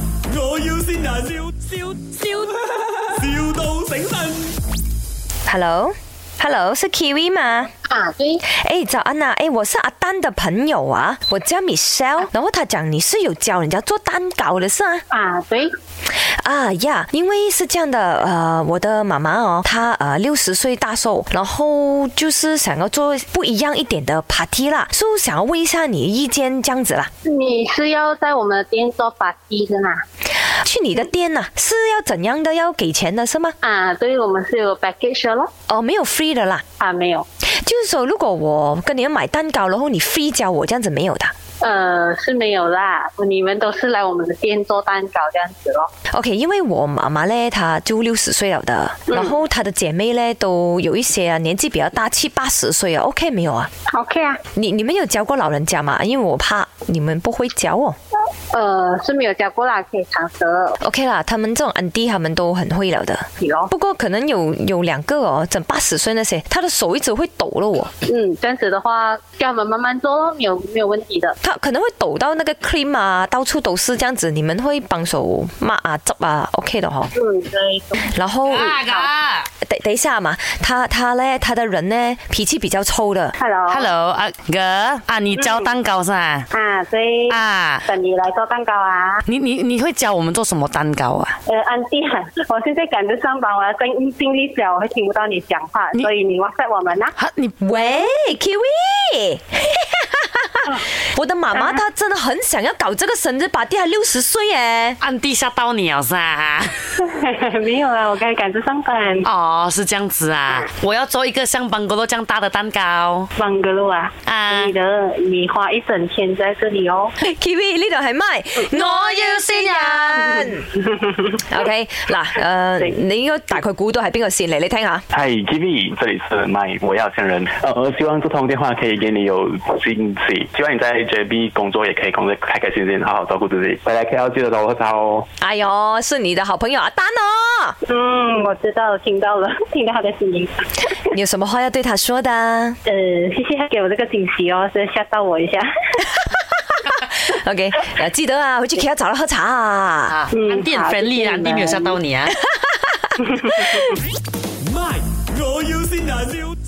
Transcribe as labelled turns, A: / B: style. A: 要先人，笑笑笑，,笑到醒神。
B: Hello，Hello，是 Kiwi 吗？
C: 啊，对，
B: 哎，早安呐、哎，我是阿丹的朋友啊，我叫 Michelle，然后他讲你是有教人家做蛋糕的是啊？
C: 啊，对，
B: 啊呀，因为是这样的，呃，我的妈妈哦，她呃六十岁大寿，然后就是想要做不一样一点的 party 啦，所以想要问一下你的意见这样子啦，
C: 你是要在我们的店做法机的嘛？
B: 去你的店呐、是要怎样的？要给钱的是吗？
C: 啊，对，我们是有 package 的咯。
B: 哦，没有 free 的啦，
C: 啊，没有，
B: 就是说如果我跟你们买蛋糕，然后你 free 教我这样子没有的。
C: 呃，是没有啦，你们都是来我们的店做蛋糕这样子咯。
B: OK，因为我妈妈呢，她就六十岁了的，
C: 嗯
B: 然后她的姐妹呢，都有一些啊，年纪比较大，七八十岁啊。OK 没有啊？
C: OK 啊，
B: 你你们有教过老人家吗？因为我怕你们不会教哦。
C: 呃，是没有教过啦，可以尝试
B: OK 啦，他们这种 a n 他们都很会了的。
C: 你咯。
B: 不过可能有有两个哦，整八十岁那些，她的手一直会抖了我，
C: 嗯，这样子的话，叫他们慢慢做咯，没有没有问题的。
B: 她可能会抖到那个 cream 啊，到处都是这样子。你们会帮手抹啊、执啊，OK 的哦。
C: 嗯，对，
B: 然后
D: 啊噶
B: 等等一下嘛，她她呢，她的人呢脾气比较臭的。
C: Hello，,
D: ，Hello，阿哥啊，你
C: 嗯
D: 教蛋糕是吧？
C: 啊，对，
D: 啊，
C: 等你来做蛋糕啊。
D: 你你你会教我们做什么蛋糕啊？
C: 呃，安迪啊，我现在赶着上班，我要尽尽力讲，我会听不到你讲话，
D: 你
C: 所以你 WhatsApp 我们啦、
D: 哈，你
B: 喂，Kiwi，我的妈
C: 啊
B: 妈她真的很想要搞这个生日 party，还六十岁耶。
D: 暗地吓到你了是吧？
C: 没有啊，我刚才赶着上班，
D: 哦，是这样子
C: 嗯
D: 啊，我要做一个像邦格洛这样大的蛋糕
C: 忙个路啊。
D: 啊
C: 你！的，你花一整天在这里哦。
B: Kiwi 呢度係咪？我
C: 嗯
B: 要先人。OK，嗱， 诶、
C: 對
B: 你應該大概估到係邊個線嚟？你聽下。
E: 嗨 g i v i 这里是麦，我要先人。呃，我希望这通电话可以给你有惊喜，希望你在 JB 工作也可以工作开开心心，好好照顾自己。回来 KL 记得找我喝茶哦。
B: 哎呦，是你的好朋友阿丹哦。
C: 嗯，我知道，听到了， 听到他的声音。
B: 你有什么话要对他说的
C: 呃，谢谢他给我这个惊喜哦，是吓到我一下。
B: ？OK，呃记得啊，回去 K 要找他喝茶啊。
D: 啊，
C: 嗯
D: 暗地很
C: 好
D: friendly，啊
C: 谢谢
D: 暗地没有吓到你啊。
A: 麦，我要先人，笑